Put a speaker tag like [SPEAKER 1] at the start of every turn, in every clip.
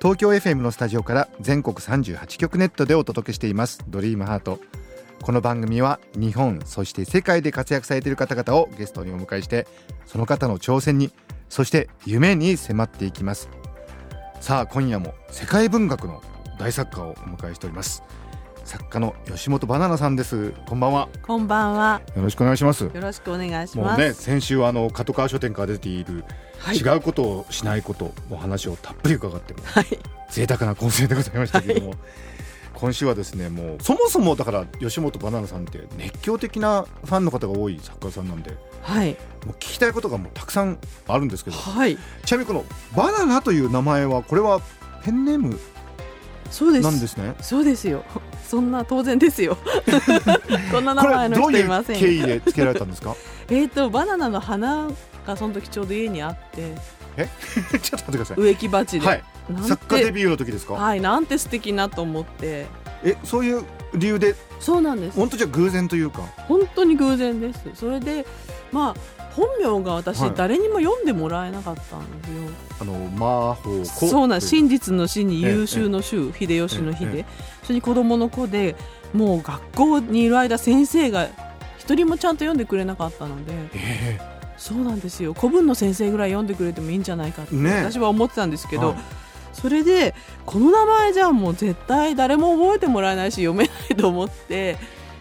[SPEAKER 1] 東京 FM のスタジオから全国38局ネットでお届けしていますドリームハートこの番組は日本そして世界で活躍されている方々をゲストにお迎えしてその方の挑戦にそして夢に迫っていきますさあ今夜も世界文学の大作家をお迎えしております作家の吉本バナナさんですこんばんは
[SPEAKER 2] こんばんは。
[SPEAKER 1] よろしくお願いします
[SPEAKER 2] よろしくお願いし
[SPEAKER 1] もう
[SPEAKER 2] ます。
[SPEAKER 1] ね先週はあの角川書店から出ている
[SPEAKER 2] はい
[SPEAKER 1] 違うことをしないことの話をたっぷり伺って、
[SPEAKER 2] はい。
[SPEAKER 1] 贅沢な構成でございましたけれども、今週はですねもうそもそもだから吉本バナナさんって熱狂的なファンの方が多い作家さんなんでも
[SPEAKER 2] はい。
[SPEAKER 1] う聞きたいことがもうたくさんあるんですけど
[SPEAKER 2] はい。
[SPEAKER 1] ちなみにこのバナナという名前はこれはペンネーム
[SPEAKER 2] そうです。
[SPEAKER 1] なんですね。
[SPEAKER 2] そうですよ。 そんな当然で すよ。こんな名
[SPEAKER 1] これ
[SPEAKER 2] 前の
[SPEAKER 1] どう
[SPEAKER 2] 人
[SPEAKER 1] い
[SPEAKER 2] いま
[SPEAKER 1] う
[SPEAKER 2] せん。
[SPEAKER 1] 経緯でつけられたんですか
[SPEAKER 2] えっ、とバナナの花がその時ちょうど家にあって
[SPEAKER 1] ちょっと待ってください。
[SPEAKER 2] 植木鉢で、
[SPEAKER 1] はい、
[SPEAKER 2] なんて
[SPEAKER 1] 作家デビューの時ですか
[SPEAKER 2] はいなんて素敵なと思って。
[SPEAKER 1] えそういう理由で
[SPEAKER 2] そうなんです。
[SPEAKER 1] 本当じゃあ偶然というか
[SPEAKER 2] 本当に偶然です。それでまあ本名が私、
[SPEAKER 1] はい
[SPEAKER 2] 誰にも読んでもらえなかったんですよ。
[SPEAKER 1] あの魔法
[SPEAKER 2] そうなん
[SPEAKER 1] し
[SPEAKER 2] 真実の死に優秀の秀、秀吉の秀、
[SPEAKER 1] ええ
[SPEAKER 2] それに子供の子でもう学校にいる間先生が一人もちゃんと読んでくれなかったので
[SPEAKER 1] え
[SPEAKER 2] そうなんですよ古文の先生ぐらい読んでくれてもいいんじゃないかって
[SPEAKER 1] ねえ
[SPEAKER 2] 私は思ってたんですけど、
[SPEAKER 1] はい
[SPEAKER 2] それでこの名前じゃもう絶対誰も覚えてもらえないし読めないと思って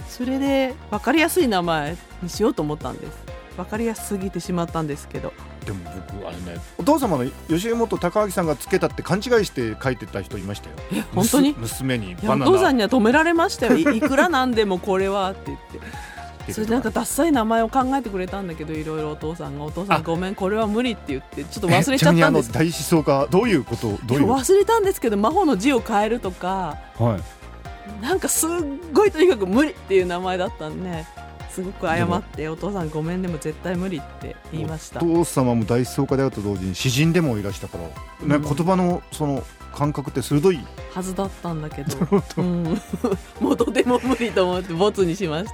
[SPEAKER 2] それで分かりやすい名前にしようと思ったんです分かりやすすぎてしまったんですけど
[SPEAKER 1] えでも僕あれねお父様の吉本隆明さんがつけたって勘違いして書いてた人いましたよ
[SPEAKER 2] 本当に
[SPEAKER 1] むす娘に
[SPEAKER 2] いや
[SPEAKER 1] バ
[SPEAKER 2] お
[SPEAKER 1] ナ
[SPEAKER 2] 父さ
[SPEAKER 1] ナ
[SPEAKER 2] んには止められました よいいくらなんでもこれはって言って
[SPEAKER 1] って
[SPEAKER 2] そ
[SPEAKER 1] 言
[SPEAKER 2] れ
[SPEAKER 1] って
[SPEAKER 2] でなんかダッサい名前を考えてくれたんだけどいろいろお父さんが「お父さ
[SPEAKER 1] あ
[SPEAKER 2] んごめんこれは無理」って言ってちょっと
[SPEAKER 1] え
[SPEAKER 2] 忘れちゃ
[SPEAKER 1] な
[SPEAKER 2] っ
[SPEAKER 1] みに
[SPEAKER 2] た
[SPEAKER 1] あ
[SPEAKER 2] ん
[SPEAKER 1] の
[SPEAKER 2] です
[SPEAKER 1] 大思想家どういうことどういうは
[SPEAKER 2] 忘れたんですけど真帆の字を変えるとか
[SPEAKER 1] い
[SPEAKER 2] なんかすっごいとにかく無理っていう名前だったんですごく謝って「お父さんごめんでも絶対無理」って言いました
[SPEAKER 1] お父様も大思想家であると同時に詩人でもいらしたから、ね
[SPEAKER 2] うん
[SPEAKER 1] 言葉のその感覚って鋭い
[SPEAKER 2] はずだったんだけど、 う
[SPEAKER 1] と
[SPEAKER 2] ん、もうとても無理と思ってボツにしました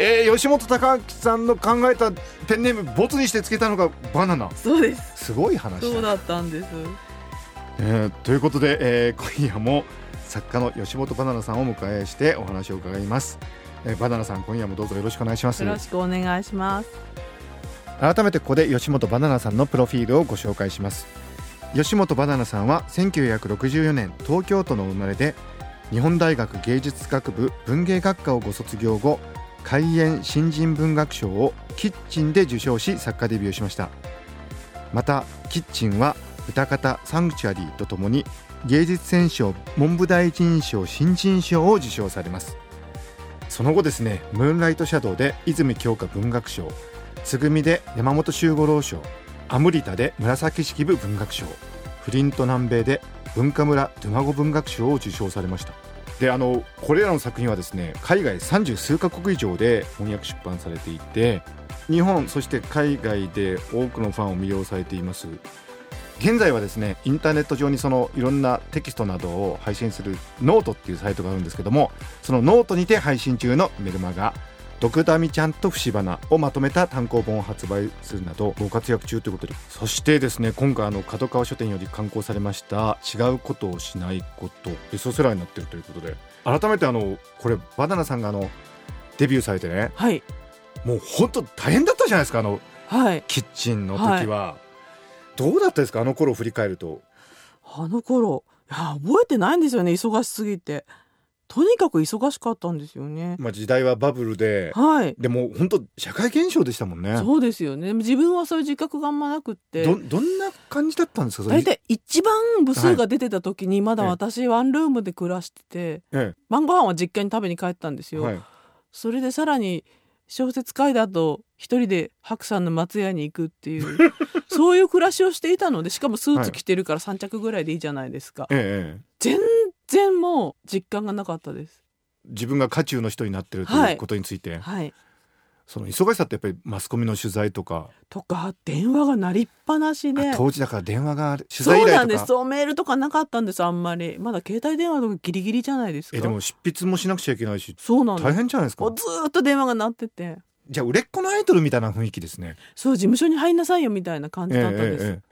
[SPEAKER 1] えー、吉本隆明さんの考えたペンネームボツにしてつけたのがバナナ
[SPEAKER 2] そうです
[SPEAKER 1] すごい話だ
[SPEAKER 2] そうだったんです
[SPEAKER 1] えーということで、えー 今夜も作家の吉本バナナさんをお迎えしてお話を伺います、えーバナナさん今夜もどうぞよろしくお願いします
[SPEAKER 2] よろしくお願いします
[SPEAKER 1] 改めてここで吉本バナナさんのプロフィールをご紹介します吉本バナナさんは1964年東京都の生まれで日本大学芸術学部文芸学科をご卒業後開園新人文学賞をキッチンで受賞し作家デビューしましたまたキッチンは歌方サンクチュアリーとともに芸術選奨文部第一印象新人賞を受賞されますその後ですねムーンライトシャドウで泉鏡花文学賞つぐみで山本周五郎賞アムリタで紫式部文学賞フリント南米で文化村ドゥマゴ文学賞を受賞されましたであのこれらの作品はですね海外三十数カ国以上で翻訳出版されていて日本そして海外で多くのファンを魅了されています現在はですねインターネット上にそのいろんなテキストなどを配信するノートっていうサイトがあるんですけどもそのノートにて配信中のメルマガ「ドクダミちゃんと節花」をまとめた単行本を発売するなどご活躍中ということでそしてですね今回あの角川書店より刊行されました「違うことをしないこと」ベストセラーになってるということで改めてあのこれバナナさんがあのデビューされてね
[SPEAKER 2] はい
[SPEAKER 1] もう本当大変だったじゃないですかあの
[SPEAKER 2] はい
[SPEAKER 1] キッチンの時は、どうだったですかあの頃を振り返ると
[SPEAKER 2] あの頃いや覚えてないんですよね忙しすぎてとにかく忙しかったんですよね
[SPEAKER 1] まあ、時代はバブルで、
[SPEAKER 2] はい
[SPEAKER 1] でも本当社会現象でしたもんね
[SPEAKER 2] そうですよね自分はそういう自覚があんまなくって
[SPEAKER 1] どどんな感じだったんですかそれ
[SPEAKER 2] 大体一番部数が出てた時にまだ私ワンルームで暮らしてて
[SPEAKER 1] え
[SPEAKER 2] 晩ご飯は実家に食べに帰ったんです
[SPEAKER 1] え
[SPEAKER 2] よ、
[SPEAKER 1] はい、
[SPEAKER 2] それでさらに小説書いた後一人で白山の松屋に行くっていう そういう暮らしをしていたのでしかもスーツ着てるから3着ぐらいでいいじゃないですか、
[SPEAKER 1] ええ
[SPEAKER 2] 全然もう実感がなかったです
[SPEAKER 1] 自分が渦中の人になってると
[SPEAKER 2] はいいう
[SPEAKER 1] ことについて、
[SPEAKER 2] はい
[SPEAKER 1] その忙しさってやっぱりマスコミの取材とか、
[SPEAKER 2] とか電話が鳴りっぱなしで
[SPEAKER 1] 当時だから電話がある取材
[SPEAKER 2] そ
[SPEAKER 1] 依
[SPEAKER 2] うな
[SPEAKER 1] 頼
[SPEAKER 2] ん
[SPEAKER 1] と
[SPEAKER 2] で
[SPEAKER 1] か
[SPEAKER 2] すそうメールとかなかったんですあんまりまだ携帯電話とかギリギリじゃないですか
[SPEAKER 1] えでも執筆もしなくちゃいけないし
[SPEAKER 2] そうなんで
[SPEAKER 1] 大
[SPEAKER 2] す
[SPEAKER 1] 変じゃないですか
[SPEAKER 2] もうずーっと電話が鳴ってて
[SPEAKER 1] じゃあ売れっ子のアイドルみたいな雰囲気ですね
[SPEAKER 2] そう事務所に入んなさいよみたいな感じだったんです、
[SPEAKER 1] えええ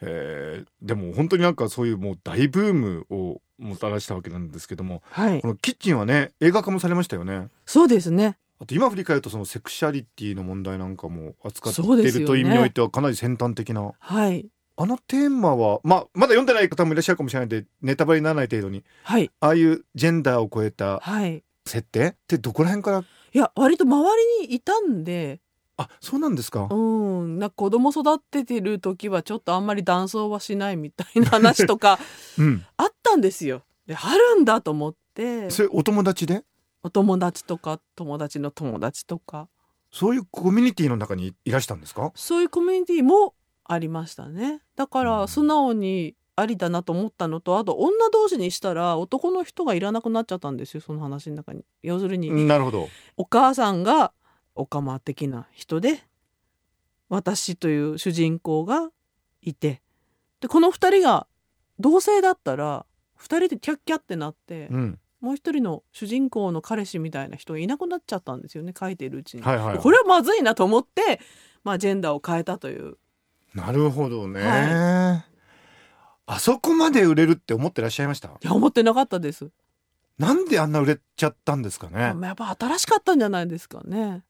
[SPEAKER 1] えええでも本当になんかそういうもう大ブームをもたらしたわけなんですけども
[SPEAKER 2] はい
[SPEAKER 1] このキッチンはね映画化もされましたよね
[SPEAKER 2] そうですね
[SPEAKER 1] あと今振り返るとそのセクシャリティの問題なんかも扱って
[SPEAKER 2] そうです
[SPEAKER 1] る
[SPEAKER 2] よね
[SPEAKER 1] という意味においてはかなり先端的な、
[SPEAKER 2] はい
[SPEAKER 1] あのテーマは、まあ、まだ読んでない方もいらっしゃるかもしれないんでネタバレにならない程度に
[SPEAKER 2] はい
[SPEAKER 1] ああいうジェンダーを超えた
[SPEAKER 2] はい
[SPEAKER 1] 設定ってどこら辺から
[SPEAKER 2] いや割と周りにいたんで
[SPEAKER 1] あそうなんですか
[SPEAKER 2] うんなんか子供育ててる時はちょっとあんまり断層はしないみたいな話とか
[SPEAKER 1] うん
[SPEAKER 2] あったんですよであるんだと思って
[SPEAKER 1] それお友達で
[SPEAKER 2] お友達とか友達の友達とか
[SPEAKER 1] そういうコミュニティの中にいらしたんですか
[SPEAKER 2] そういうコミュニティもありましたねだか
[SPEAKER 1] うん
[SPEAKER 2] ら素直にありだなと思ったのとあと女同士にしたら男の人がいらなくなっちゃったんですよその話の中に要するに、
[SPEAKER 1] なるほど
[SPEAKER 2] お母さんがオカマ的な人で私という主人公がいてでこの2人が同性だったら2人でキャッキャってなって、
[SPEAKER 1] うん
[SPEAKER 2] もう一人の主人公の彼氏みたいな人がいなくなっちゃったんですよね書いてるうちに。
[SPEAKER 1] はいはい
[SPEAKER 2] これはまずいなと思って、まあ、ジェンダーを変えたという
[SPEAKER 1] なるほどね、
[SPEAKER 2] は
[SPEAKER 1] あそこまで売れるって思ってらっしゃいました
[SPEAKER 2] いや思ってなかったです、
[SPEAKER 1] なんであんな売れちゃったんですかね
[SPEAKER 2] まあやっぱ新しかったんじゃないですかね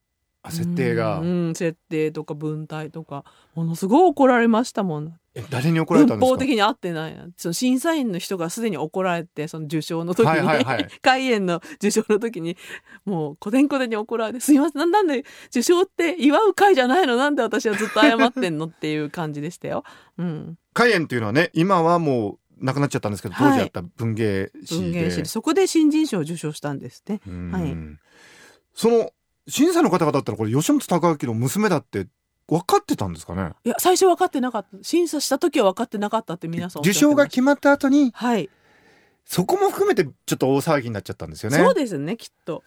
[SPEAKER 1] あ設定が
[SPEAKER 2] うんうん設定とか文体とかものすごい怒られましたもん
[SPEAKER 1] え誰に怒られた
[SPEAKER 2] 文
[SPEAKER 1] んです
[SPEAKER 2] 法
[SPEAKER 1] か
[SPEAKER 2] 的に合ってないなその審査員の人がすでに怒られてその受賞の時に、
[SPEAKER 1] はいはい はい
[SPEAKER 2] 開演の受賞の時にもうこてんこてんに怒られて「すいませんななんで受賞って祝う会じゃないのなんで私はずっと謝ってんの?」っていう感じでしたよ。 うん、
[SPEAKER 1] カイエンっていうのはね今はもうなくなっちゃったんですけど当時
[SPEAKER 2] はい
[SPEAKER 1] あった文芸誌で、
[SPEAKER 2] 文芸誌でそこで新人賞を受賞したんですって。
[SPEAKER 1] うん
[SPEAKER 2] はい
[SPEAKER 1] その審査の方々だったらこれ吉本隆明の娘だって分かってたんですかね
[SPEAKER 2] いや最初分かってなかった審査した時は分かってなかったって皆さんおっし
[SPEAKER 1] 受
[SPEAKER 2] ゃってま
[SPEAKER 1] 賞
[SPEAKER 2] した
[SPEAKER 1] が決まった後に
[SPEAKER 2] はい、
[SPEAKER 1] そこも含めてちょっと大騒ぎになっちゃったんですよね
[SPEAKER 2] そうですねきっと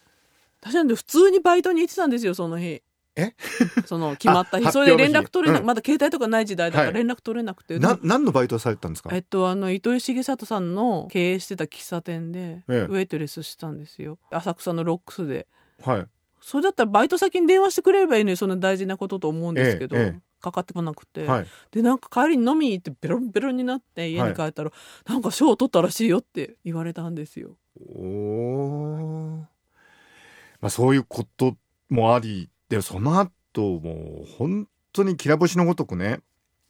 [SPEAKER 2] 私なんて普通にバイトに行ってたんですよその日
[SPEAKER 1] え
[SPEAKER 2] その決まった日
[SPEAKER 1] あ
[SPEAKER 2] それで
[SPEAKER 1] 発表
[SPEAKER 2] 連
[SPEAKER 1] の日
[SPEAKER 2] 絡取れな、
[SPEAKER 1] う
[SPEAKER 2] く
[SPEAKER 1] ん
[SPEAKER 2] まだ携帯とかない時代だ
[SPEAKER 1] は
[SPEAKER 2] から
[SPEAKER 1] い
[SPEAKER 2] 連絡取れなくて、
[SPEAKER 1] な何のバイトをされてたんですか
[SPEAKER 2] えっとあの糸井重里さんの経営してた喫茶店でウ
[SPEAKER 1] ええ
[SPEAKER 2] ェイトレスしてたんですよ浅草のロックスで
[SPEAKER 1] はい
[SPEAKER 2] それだったらバイト先に電話してくれればいいのにそんな大事なことと思うんですけど、
[SPEAKER 1] ええええ
[SPEAKER 2] かかってこなくて、
[SPEAKER 1] はい
[SPEAKER 2] でなんか帰りに飲みに行ってベロンベロンになって家に帰ったら、なんか賞を取ったらしいよって言われたんですよ
[SPEAKER 1] おーまあそういうこともありでその後もう本当にきら星のごとくね、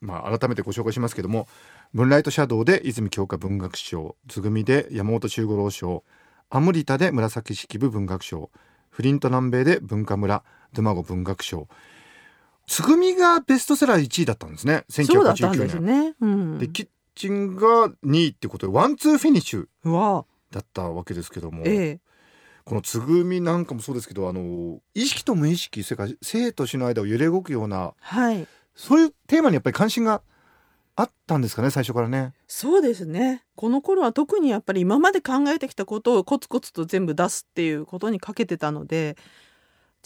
[SPEAKER 1] まあ、改めてご紹介しますけども「ムーンライトシャドウ」で泉鏡花文学賞「つぐみ」で山本周五郎賞「アムリタ」で紫式部文学賞「フリント南米」で文化村ドゥマゴ文学賞つぐみがベストセラー1位だったんですね
[SPEAKER 2] そうだったん
[SPEAKER 1] 1989
[SPEAKER 2] です
[SPEAKER 1] 年。
[SPEAKER 2] ね、うん、
[SPEAKER 1] でキッチンが2位ってことでワンツーフィニッシュ
[SPEAKER 2] うわ
[SPEAKER 1] だったわけですけども。
[SPEAKER 2] ええ
[SPEAKER 1] このつぐみなんかもそうですけどあの意識と無意識それから生と死の間を揺れ動くような
[SPEAKER 2] はい
[SPEAKER 1] そういうテーマにやっぱり関心があったんですかね最初からね。
[SPEAKER 2] そうですねこの頃は特にやっぱり今まで考えてきたことをコツコツと全部出すっていうことにかけてたので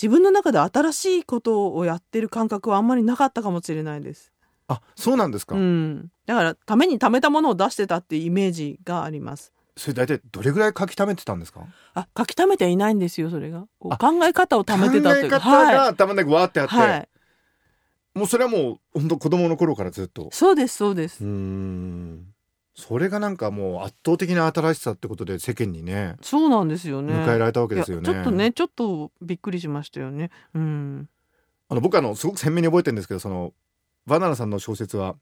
[SPEAKER 2] 自分の中で新しいことをやってる感覚はあんまりなかったかもしれないです。
[SPEAKER 1] あそうなんですか、
[SPEAKER 2] うん、だからためにためたものを出してたっていうイメージがあります。
[SPEAKER 1] それ大体どれぐらい書き溜めてたんですか
[SPEAKER 2] あ書き溜めてはいないんですよそれがこう
[SPEAKER 1] あ
[SPEAKER 2] 考え方を溜めてた
[SPEAKER 1] 考
[SPEAKER 2] とい
[SPEAKER 1] え
[SPEAKER 2] う
[SPEAKER 1] 方
[SPEAKER 2] は
[SPEAKER 1] が頭の中にわーってあ
[SPEAKER 2] い、
[SPEAKER 1] って、
[SPEAKER 2] はい、
[SPEAKER 1] もうそれはもう本当子供の頃からずっと。
[SPEAKER 2] そうですそうです
[SPEAKER 1] うーんそれがなんかもう圧倒的な新しさってことで世間にね
[SPEAKER 2] そうなんですよね
[SPEAKER 1] 迎えられたわけですよ
[SPEAKER 2] い
[SPEAKER 1] ね。
[SPEAKER 2] やちょっとねちょっとびっくりしましたよねうん
[SPEAKER 1] あの僕あのすごく鮮明に覚えてるんですけどそのバナナさんの小説は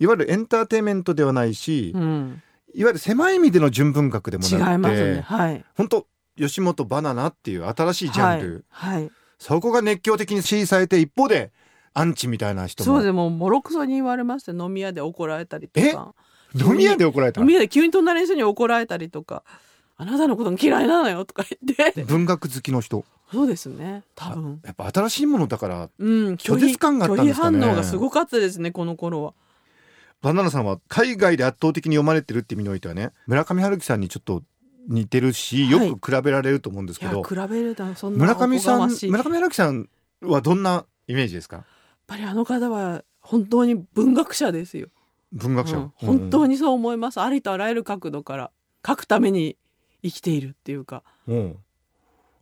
[SPEAKER 1] いわゆるエンターテインメントではないし、
[SPEAKER 2] うん、
[SPEAKER 1] いわゆる狭い意味での純文学でもなく
[SPEAKER 2] 違
[SPEAKER 1] て
[SPEAKER 2] いますねはい
[SPEAKER 1] 本当吉本バナナっていう新しいジャンル、
[SPEAKER 2] はい、はい、
[SPEAKER 1] そこが熱狂的に支持されて一方でアンチみたいな人
[SPEAKER 2] そう
[SPEAKER 1] も
[SPEAKER 2] でもうボロクソに言われました飲み屋で怒られたりとか
[SPEAKER 1] 飲み屋で怒られた
[SPEAKER 2] 飲み屋で急 に隣の人に怒られたりとか「あなたのことが嫌いなのよ」とか言って
[SPEAKER 1] 文学好きの人
[SPEAKER 2] そうですね多分
[SPEAKER 1] やっぱ新しいものだから
[SPEAKER 2] うん拒否
[SPEAKER 1] 拒絶感があったんですかね
[SPEAKER 2] 拒否反応がすごかったですねこの頃は
[SPEAKER 1] バナナさんは海外で圧倒的に読まれてるって意味においてはね村上春樹さんにちょっと似てるしよ
[SPEAKER 2] はい
[SPEAKER 1] く比べられると思うんです
[SPEAKER 2] い
[SPEAKER 1] け
[SPEAKER 2] や
[SPEAKER 1] ど、
[SPEAKER 2] 比べるとそんな
[SPEAKER 1] 村上さ
[SPEAKER 2] おこが
[SPEAKER 1] ん
[SPEAKER 2] ましい
[SPEAKER 1] 村上春樹さんはどんなイメージですか
[SPEAKER 2] やっぱりあの方は本当に文学者ですよ、
[SPEAKER 1] 文学者、
[SPEAKER 2] うん本当
[SPEAKER 1] に、
[SPEAKER 2] にそう思いますありとあらゆる角度から書くために生きているっていうか
[SPEAKER 1] うん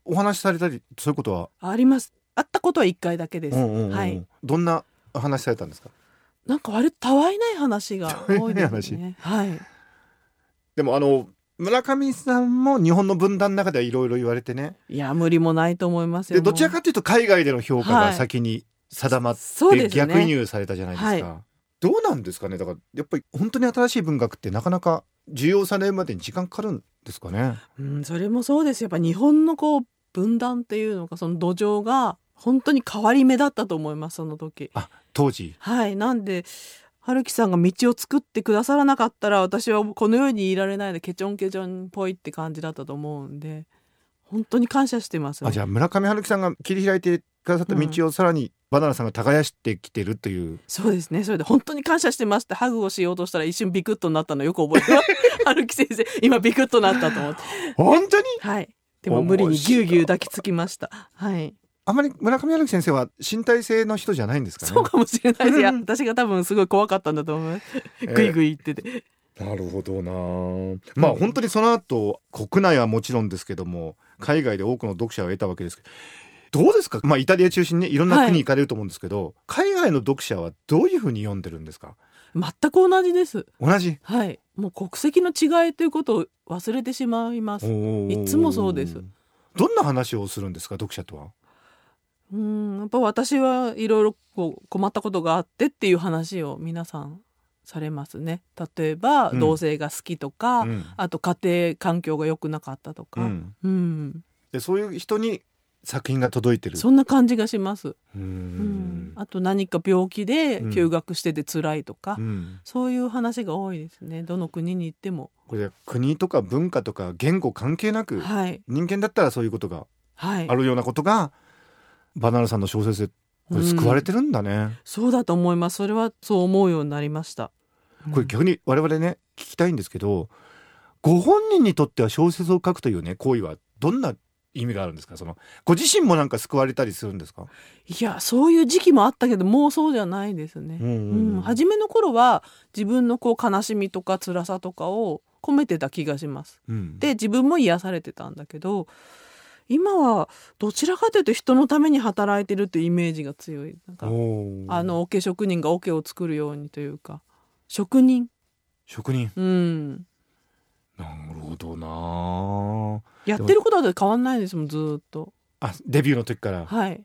[SPEAKER 1] お話しされたりそういうことは、
[SPEAKER 2] あります会ったことは一回だけです、
[SPEAKER 1] うんうんうん
[SPEAKER 2] はい
[SPEAKER 1] どんなお話しされたんですか
[SPEAKER 2] なんか割とたわいない話が多いですねはい
[SPEAKER 1] でもあの村上さんも日本の文壇の中ではいろいろ言われてね
[SPEAKER 2] いや無理もないと思いますよ
[SPEAKER 1] でどちらかというと海外での評価
[SPEAKER 2] は
[SPEAKER 1] が
[SPEAKER 2] い
[SPEAKER 1] 先に定まっ
[SPEAKER 2] そう
[SPEAKER 1] て
[SPEAKER 2] ですね
[SPEAKER 1] 逆輸入されたじゃないですか。
[SPEAKER 2] はい
[SPEAKER 1] どうなんですかねだからやっぱり本当に新しい文学ってなかなか需要されるまでに時間かかるんですかね。
[SPEAKER 2] うん、それもそうですやっぱ日本のこう分断っていうのかその土壌が本当に変わり目だったと思いますその時
[SPEAKER 1] 当時
[SPEAKER 2] はいなんで春樹さんが道を作ってくださらなかったら私はこの世にいられないでケチョンケチョンっぽいって感じだったと思うんで本当に感謝してます
[SPEAKER 1] あじゃあ村上春樹さんが切り開いてくださった道をさらにバナナさんが耕してきてるという、
[SPEAKER 2] そうですねそれで本当に感謝してますってハグをしようとしたら一瞬ビクッとなったのよく覚えてます 春樹先生今ビクッとなったと思って
[SPEAKER 1] 本当に
[SPEAKER 2] はいでも無理にぎゅうぎゅう抱きつきましたはい
[SPEAKER 1] あまり村上春樹先生は身体性の人じゃないんですかね。
[SPEAKER 2] そうかもしれないです。いや
[SPEAKER 1] うん
[SPEAKER 2] 私が多分すごい怖かったんだと思います。
[SPEAKER 1] えー
[SPEAKER 2] ぐいぐい言ってて。
[SPEAKER 1] なるほどなあまあ本当にその後国内はもちろんですけども海外で多くの読者を得たわけですけどどうですか、まあ、イタリア中心にねいろんな
[SPEAKER 2] は
[SPEAKER 1] 国
[SPEAKER 2] い
[SPEAKER 1] 行かれると思うんですけど、海外の読者はどういうふうに読んでるんですか
[SPEAKER 2] 全く同じです。
[SPEAKER 1] 同じ
[SPEAKER 2] はい。もう国籍の違いということを忘れてしまいます。いつもそうです
[SPEAKER 1] どんな話をするんですか読者とは
[SPEAKER 2] うん、やっぱ私はいろいろこう困ったことがあってっていう話を皆さんされますね。例えば、
[SPEAKER 1] うん
[SPEAKER 2] 同性が好きとか、
[SPEAKER 1] うん
[SPEAKER 2] あと家庭環境が良くなかったとか、
[SPEAKER 1] う
[SPEAKER 2] うんん、
[SPEAKER 1] でそういう人に作品が届いてる
[SPEAKER 2] そんな感じがします。
[SPEAKER 1] うー
[SPEAKER 2] うん
[SPEAKER 1] ん
[SPEAKER 2] あと何か病気で
[SPEAKER 1] うん
[SPEAKER 2] 休学してて辛いとか、
[SPEAKER 1] うん
[SPEAKER 2] そういう話が多いですね。どの国に行っても。
[SPEAKER 1] これ国とか文化とか言語関係なく、
[SPEAKER 2] はい。
[SPEAKER 1] 人間だったらそういうことが
[SPEAKER 2] はい
[SPEAKER 1] あ。るようなことがバナナさんの小説でこれ救われてるんだね、
[SPEAKER 2] そうだと思います。それはそう思うようになりました。
[SPEAKER 1] これ逆に我々ね聞きたいんですけどご本人にとっては小説を書くというね行為はどんな意味があるんですかそのご自身もなんか救われたりするんですか、
[SPEAKER 2] いや、そういう時期もあったけど、もうそうじゃないですね。
[SPEAKER 1] うん
[SPEAKER 2] う
[SPEAKER 1] うんうん
[SPEAKER 2] ん、初めの頃は自分のこう悲しみとか辛さとかを込めてた気がします。
[SPEAKER 1] うん
[SPEAKER 2] で、自分も癒されてたんだけど、今はどちらかというと人のために働いてるっていうイメージが強い。なんか
[SPEAKER 1] おー
[SPEAKER 2] あの桶職人が桶を作るようにというか、職人。
[SPEAKER 1] 職人
[SPEAKER 2] うん。
[SPEAKER 1] なるほどな
[SPEAKER 2] やってることは変わんないですもん、ずーっと。
[SPEAKER 1] あデビューの時から
[SPEAKER 2] はい。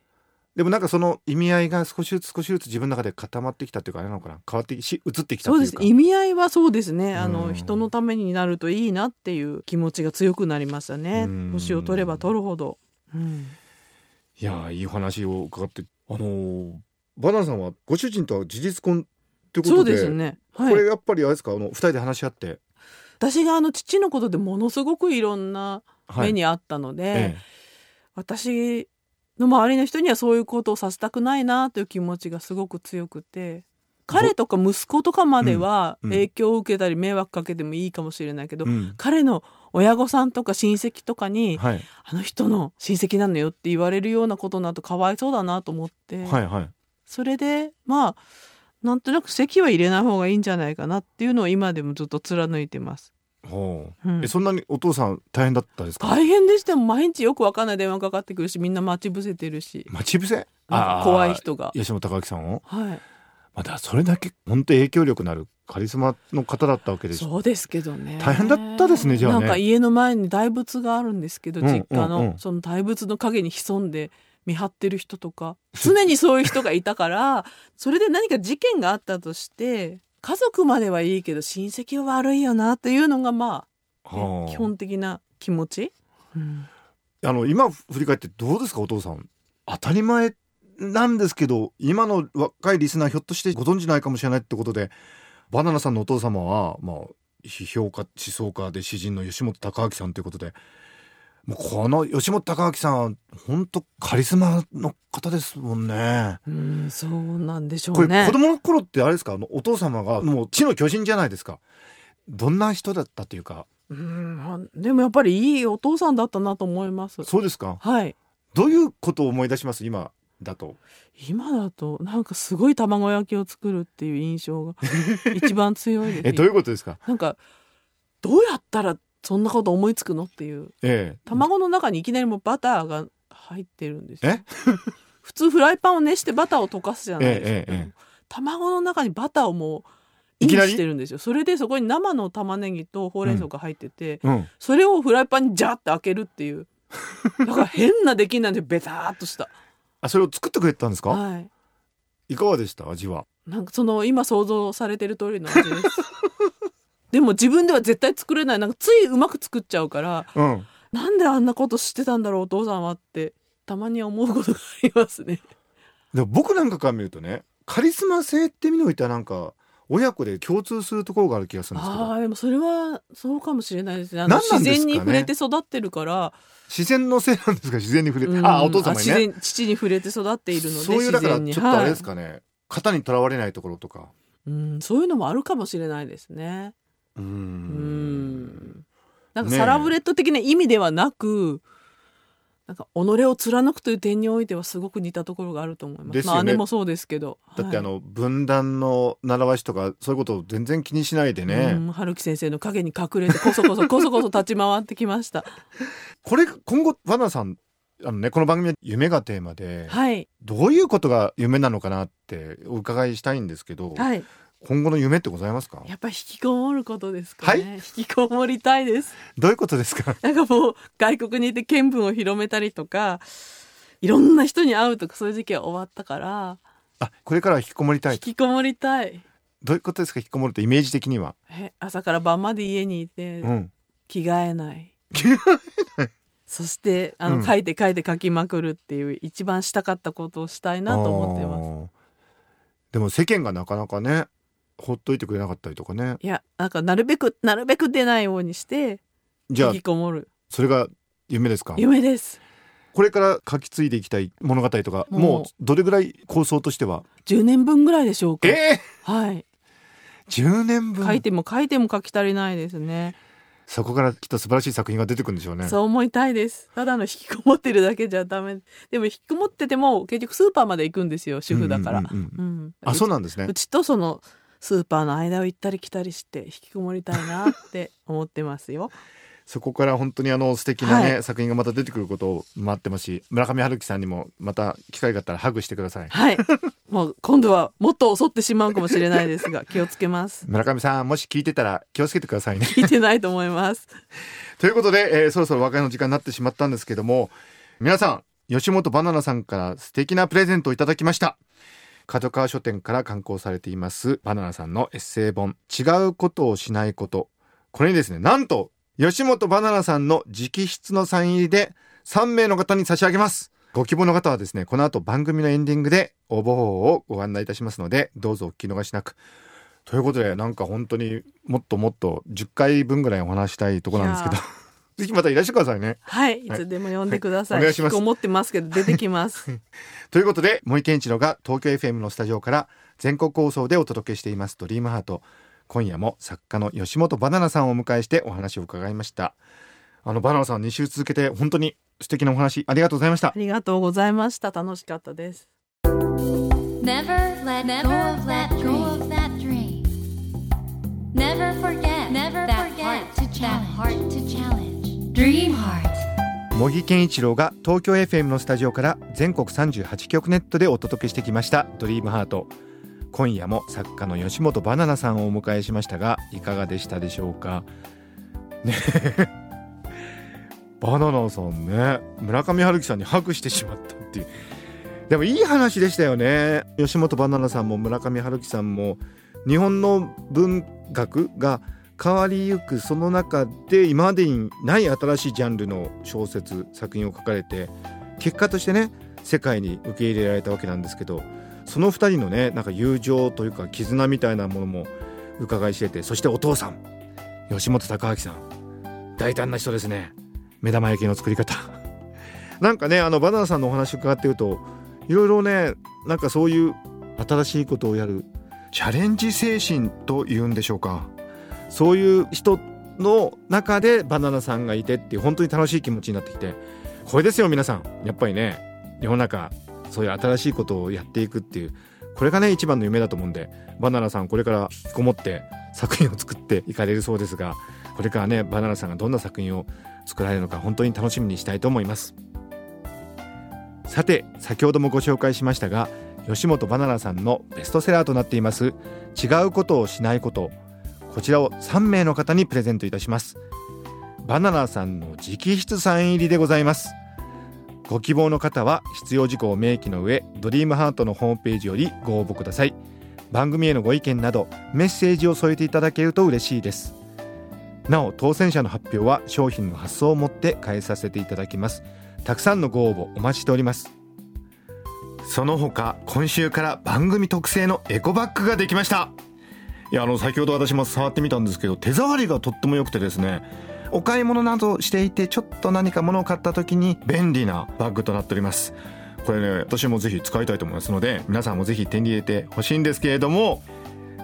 [SPEAKER 1] でもなんかその意味合いが少しずつ少しずつ自分の中で固まってきたっていうかあれなのかな変わってし移ってきた
[SPEAKER 2] そ
[SPEAKER 1] って
[SPEAKER 2] うで
[SPEAKER 1] いう
[SPEAKER 2] す
[SPEAKER 1] か
[SPEAKER 2] 意味合いはそうですねあ
[SPEAKER 1] う
[SPEAKER 2] の
[SPEAKER 1] ん
[SPEAKER 2] 人のためになるといいなっていう気持ちが強くなりましたね
[SPEAKER 1] うん
[SPEAKER 2] 年を取れば取るほど、うん
[SPEAKER 1] いやーいいお話を伺ってあのーバナナさんはご主人とは事実婚ってことで
[SPEAKER 2] そうですねは
[SPEAKER 1] これ
[SPEAKER 2] い
[SPEAKER 1] やっぱりあれですかあの二人で話し合って、
[SPEAKER 2] 私があの父のことでものすごくいろんな目にあったので、
[SPEAKER 1] え
[SPEAKER 2] 私の周りの人にはそういうことをさせたくないなという気持ちがすごく強くて彼とか息子とかまでは
[SPEAKER 1] うんうん
[SPEAKER 2] 影響を受けたり迷惑かけてもいいかもしれないけ
[SPEAKER 1] え
[SPEAKER 2] ど、
[SPEAKER 1] うん
[SPEAKER 2] 彼の親御さんとか親戚とかに
[SPEAKER 1] はい、
[SPEAKER 2] あの人の親戚なのよって言われるようなことになるとかわいそうだなと思って、
[SPEAKER 1] はいはい
[SPEAKER 2] それでまあなんとなく籍は入れない方がいいんじゃないかなっていうのを今でもずっと貫いてます。
[SPEAKER 1] ほう、
[SPEAKER 2] うん
[SPEAKER 1] えそんなにお父さん大変だったですか
[SPEAKER 2] 大変でしたよ毎日よくわかんない電話かかってくるしみんな待ち伏せてるし
[SPEAKER 1] 待ち伏せ
[SPEAKER 2] なんか怖い人が。
[SPEAKER 1] 吉本隆明さんを
[SPEAKER 2] は
[SPEAKER 1] まあだからそれだけ本当影響力のあるカリスマの方だったわけ
[SPEAKER 2] い、
[SPEAKER 1] です
[SPEAKER 2] そうですけどね
[SPEAKER 1] 大変だったですねじゃあね
[SPEAKER 2] なんか家の前に大仏があるんですけど、
[SPEAKER 1] うん
[SPEAKER 2] 実家の、
[SPEAKER 1] うんうん
[SPEAKER 2] その大仏の陰に潜んで見張ってる人 とか常にそういう人がいたからそれで何か事件があったとして家族まではいいけど親戚は悪いよなっていうのがまあ、ね
[SPEAKER 1] はあ
[SPEAKER 2] 基本的な気持ち、うん
[SPEAKER 1] あの今振り返ってどうですかお父さん当たり前なんですけど今の若いリスナーひょっとしてご存じないかもしれないってことでバナナさんのお父様はまあ批評家思想家で詩人の吉本隆明さんということでもうこの吉本隆明さん本当カリスマの方ですもんね。
[SPEAKER 2] うん、そうなんでしょ
[SPEAKER 1] これ
[SPEAKER 2] うね
[SPEAKER 1] 子。供の頃ってあれですかあのお父様がもう地の巨人じゃないですか。どんな人だったというか
[SPEAKER 2] うん、でもやっぱりいいお父さんだったなと思います。
[SPEAKER 1] そうですか
[SPEAKER 2] はい。
[SPEAKER 1] どういうことを思い出します今だと。
[SPEAKER 2] 今だとなんかすごい卵焼きを作るっていう印象 が一番強いです。
[SPEAKER 1] えどういうことですか
[SPEAKER 2] なんかどうやったらそんなこと思いつくのっていう
[SPEAKER 1] ええ。
[SPEAKER 2] 卵の中にいきなりもうバターが入ってるんですよ
[SPEAKER 1] え
[SPEAKER 2] 普通フライパンを熱してバターを溶かすじゃないですか、
[SPEAKER 1] ええええええ
[SPEAKER 2] 卵の中にバターをもう
[SPEAKER 1] い
[SPEAKER 2] イン
[SPEAKER 1] きなり
[SPEAKER 2] してるんですよそれでそこに生の玉ねぎとほうれん草が入ってて、
[SPEAKER 1] うん。
[SPEAKER 2] それをフライパンにジャーって開けるって いうだから変な出来なんでベターっとした
[SPEAKER 1] あそれを作ってくれたんですか。
[SPEAKER 2] はい
[SPEAKER 1] いかがでした味は。
[SPEAKER 2] なんかその今想像されてる通りの味です でも自分では絶対作れないなんかついうまく作っちゃうから
[SPEAKER 1] うん。
[SPEAKER 2] なんであんなことしてたんだろうお父さんはってたまに思うことがありますね。
[SPEAKER 1] でも僕なんかから見るとねカリスマ性って見のいたらなんか親子で共通するところがある気がするんですけ
[SPEAKER 2] あ
[SPEAKER 1] ど
[SPEAKER 2] あでもそれはそうかもしれないですね。あの
[SPEAKER 1] 何なん
[SPEAKER 2] 自
[SPEAKER 1] ですかね
[SPEAKER 2] 然に触れて育ってるから、
[SPEAKER 1] 自然のせいなんですか自然に触れて、
[SPEAKER 2] うん
[SPEAKER 1] あお父様に
[SPEAKER 2] あ
[SPEAKER 1] ね
[SPEAKER 2] 自然父に触れて育っているので
[SPEAKER 1] そういうだ
[SPEAKER 2] 自
[SPEAKER 1] から
[SPEAKER 2] 然
[SPEAKER 1] ちょ
[SPEAKER 2] に
[SPEAKER 1] っとあれ
[SPEAKER 2] はい
[SPEAKER 1] ですかね、型にとらわれないところとか
[SPEAKER 2] うんそういうのもあるかもしれないですね。
[SPEAKER 1] うーん
[SPEAKER 2] うんなんか
[SPEAKER 1] ねえ
[SPEAKER 2] サラブレッド的な意味ではなく、なんか己を貫くという点においてはすごく似たところがあると思います。
[SPEAKER 1] ですよね
[SPEAKER 2] まあ姉もそうですけど。
[SPEAKER 1] だってあ
[SPEAKER 2] はい
[SPEAKER 1] の、分断の習わしとかそういうことを全然気にしないでね、
[SPEAKER 2] うん春樹先生の陰に隠れてこそ こそこそこそ立ち回ってきました。
[SPEAKER 1] これ今後バナさんあのねこの番組は夢がテーマで、
[SPEAKER 2] はい
[SPEAKER 1] どういうことが夢なのかなってお伺いしたいんですけど、
[SPEAKER 2] はい。
[SPEAKER 1] 今後の夢ってございますか
[SPEAKER 2] やっぱ引きこもることですかね。
[SPEAKER 1] は
[SPEAKER 2] 引きこもりたいです。
[SPEAKER 1] どういうことですか
[SPEAKER 2] なんかもう外国にいて見聞を広めたりとか、いろんな人に会うとかそういう時期は終わったから、
[SPEAKER 1] あこれからは引きこもりたい
[SPEAKER 2] 引きこもりたい。
[SPEAKER 1] どういうことですか引きこもるってイメージ的には。
[SPEAKER 2] え朝から晩まで家にいて
[SPEAKER 1] うん。
[SPEAKER 2] 着替えない。そしてあの、
[SPEAKER 1] うん
[SPEAKER 2] 書いて書いて書きまくるっていう一番したかったことをしたいなと思ってます。
[SPEAKER 1] す。でも世間がなかなかね、ほっといてくれなかったりとかね。
[SPEAKER 2] いやなんかなるべくなるべく出ないようにして
[SPEAKER 1] じゃ
[SPEAKER 2] 引
[SPEAKER 1] あ
[SPEAKER 2] きこもる
[SPEAKER 1] それが夢ですか。
[SPEAKER 2] 夢です。
[SPEAKER 1] これから書き継いでいきたい物語とか、
[SPEAKER 2] も
[SPEAKER 1] も
[SPEAKER 2] う
[SPEAKER 1] うどれぐらい構想としては。
[SPEAKER 2] 10年分ぐらいでしょうか。
[SPEAKER 1] え
[SPEAKER 2] はい。
[SPEAKER 1] 十10年分。
[SPEAKER 2] 書いても書いても書き足りないですね。
[SPEAKER 1] そこからきっと素晴らしい作品が出てくるんでしょうね。
[SPEAKER 2] そう思いたいです。ただの引きこもってるだけじゃダメ。でも引きこもってても結局スーパーまで行くんですよ、主婦だから。
[SPEAKER 1] うんうんうんうん
[SPEAKER 2] うん
[SPEAKER 1] あ、そう
[SPEAKER 2] う
[SPEAKER 1] なんですね
[SPEAKER 2] う。ちとそのスーパーの間を行ったり来たりして引きこもりたいなって思ってま すよ。
[SPEAKER 1] そこから本当にあの素敵なね、
[SPEAKER 2] は
[SPEAKER 1] 作品がまた出てくることを待ってますし、村上春樹さんにもまた機会があったらハグしてください。
[SPEAKER 2] はい。もう今度はもっと襲ってしまうかもしれないで すが、気をつけます。
[SPEAKER 1] 村上さん、もし聞いてたら気をつけてくださいね。
[SPEAKER 2] 聞いてないと思います。
[SPEAKER 1] ということで、えーそろそろお別れの時間になってしまったんですけども皆さん吉本バナナさんから素敵なプレゼントをいただきました角川書店から刊行されていますバナナさんのエッセイ本「違うことをしないこと」これにですねなんと吉本バナナさんの直筆のサイン入りで3名の方に差し上げますご希望の方はですねこの後番組のエンディングで応募方法をご案内いたしますのでどうぞお聞き逃しなくということでなんか本当にもっともっと10回分ぐらいお話したいところなんですけど
[SPEAKER 2] いや
[SPEAKER 1] ぜひまたいらしてくださいね。
[SPEAKER 2] はい。いつでも呼んでください。
[SPEAKER 1] はいお願いします
[SPEAKER 2] 引きこもってますけど出て きます。
[SPEAKER 1] ということで、森健一郎が東京 FM のスタジオから全国放送でお届けしていますドリームハート。今夜も作家の吉本バナナさんをお迎えしてお話を伺いました。あのバナナさん2週続けて本当に素敵なお話ありがとうございました
[SPEAKER 2] あ。りがとうございました。楽しかったです。
[SPEAKER 3] Never let go of that dream. Never forget, never that forget heart to challenge. That heart to challenge. Dream heart.
[SPEAKER 1] 茂木健一郎が東京 FM のスタジオから全国38局ネットでお届けしてきました「ドリームハート今夜も作家の吉本バナナさんをお迎えしましたがいかがでしたでしょうかね えバナナさんね村上春樹さんにハグしてしまったっていうでもいい話でしたよね吉本バナナさんも村上春樹さんも日本の文学が変わりゆくその中で今までにない新しいジャンルの小説作品を書かれて結果としてね世界に受け入れられたわけなんですけどその2人のねなんか友情というか絆みたいなものも伺いしててそしてお父さん吉本隆明さん大胆な人ですね目玉焼きの作り方 なんかねあのバナナさんのお話伺ってるといろいろねなんかそういう新しいことをやるチャレンジ精神というんでしょうかそういう人の中でバナナさんがいてっていう本当に楽しい気持ちになってきてこれですよ皆さんやっぱりね世の中そういう新しいことをやっていくっていうこれがね一番の夢だと思うんでバナナさんこれから引きこもって作品を作っていかれるそうですがこれからねバナナさんがどんな作品を作られるのか本当に楽しみにしたいと思いますさて先ほどもご紹介しましたが吉本バナナさんのベストセラーとなっています違うことをしないことこちらを3名の方にプレゼントいたしますバナナさんの直筆サイン入りでございますご希望の方は必要事項を明記の上ドリームハートのホームページよりご応募ください番組へのご意見などメッセージを添えていただけると嬉しいですなお当選者の発表は商品の発送をもって返させていただきますたくさんのご応募お待ちしておりますその他今週から番組特製のエコバッグができましたいやあの先ほど私も触ってみたんですけど手触りがとっても良くてですねお買い物などしていてちょっと何か物を買った時に便利なバッグとなっておりますこれね私もぜひ使いたいと思いますので皆さんもぜひ手に入れてほしいんですけれども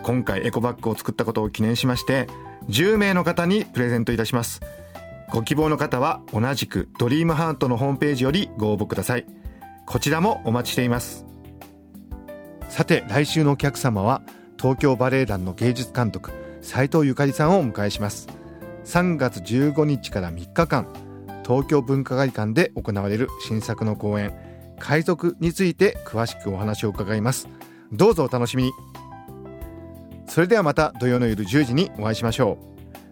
[SPEAKER 1] 今回エコバッグを作ったことを記念しまして10名の方にプレゼントいたしますご希望の方は同じくドリームハートのホームページよりご応募くださいこちらもお待ちしていますさて来週のお客様は東京バレエ団の芸術監督斉藤ゆかりさんをお迎えします3月15日から3日間東京文化会館で行われる新作の公演海賊について詳しくお話を伺いますどうぞお楽しみにそれではまた土曜の夜10時にお会いしましょう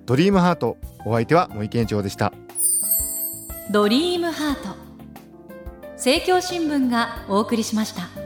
[SPEAKER 1] ドリームハートお相手は森健一郎でした
[SPEAKER 3] ドリームハート政教新聞がお送りしました。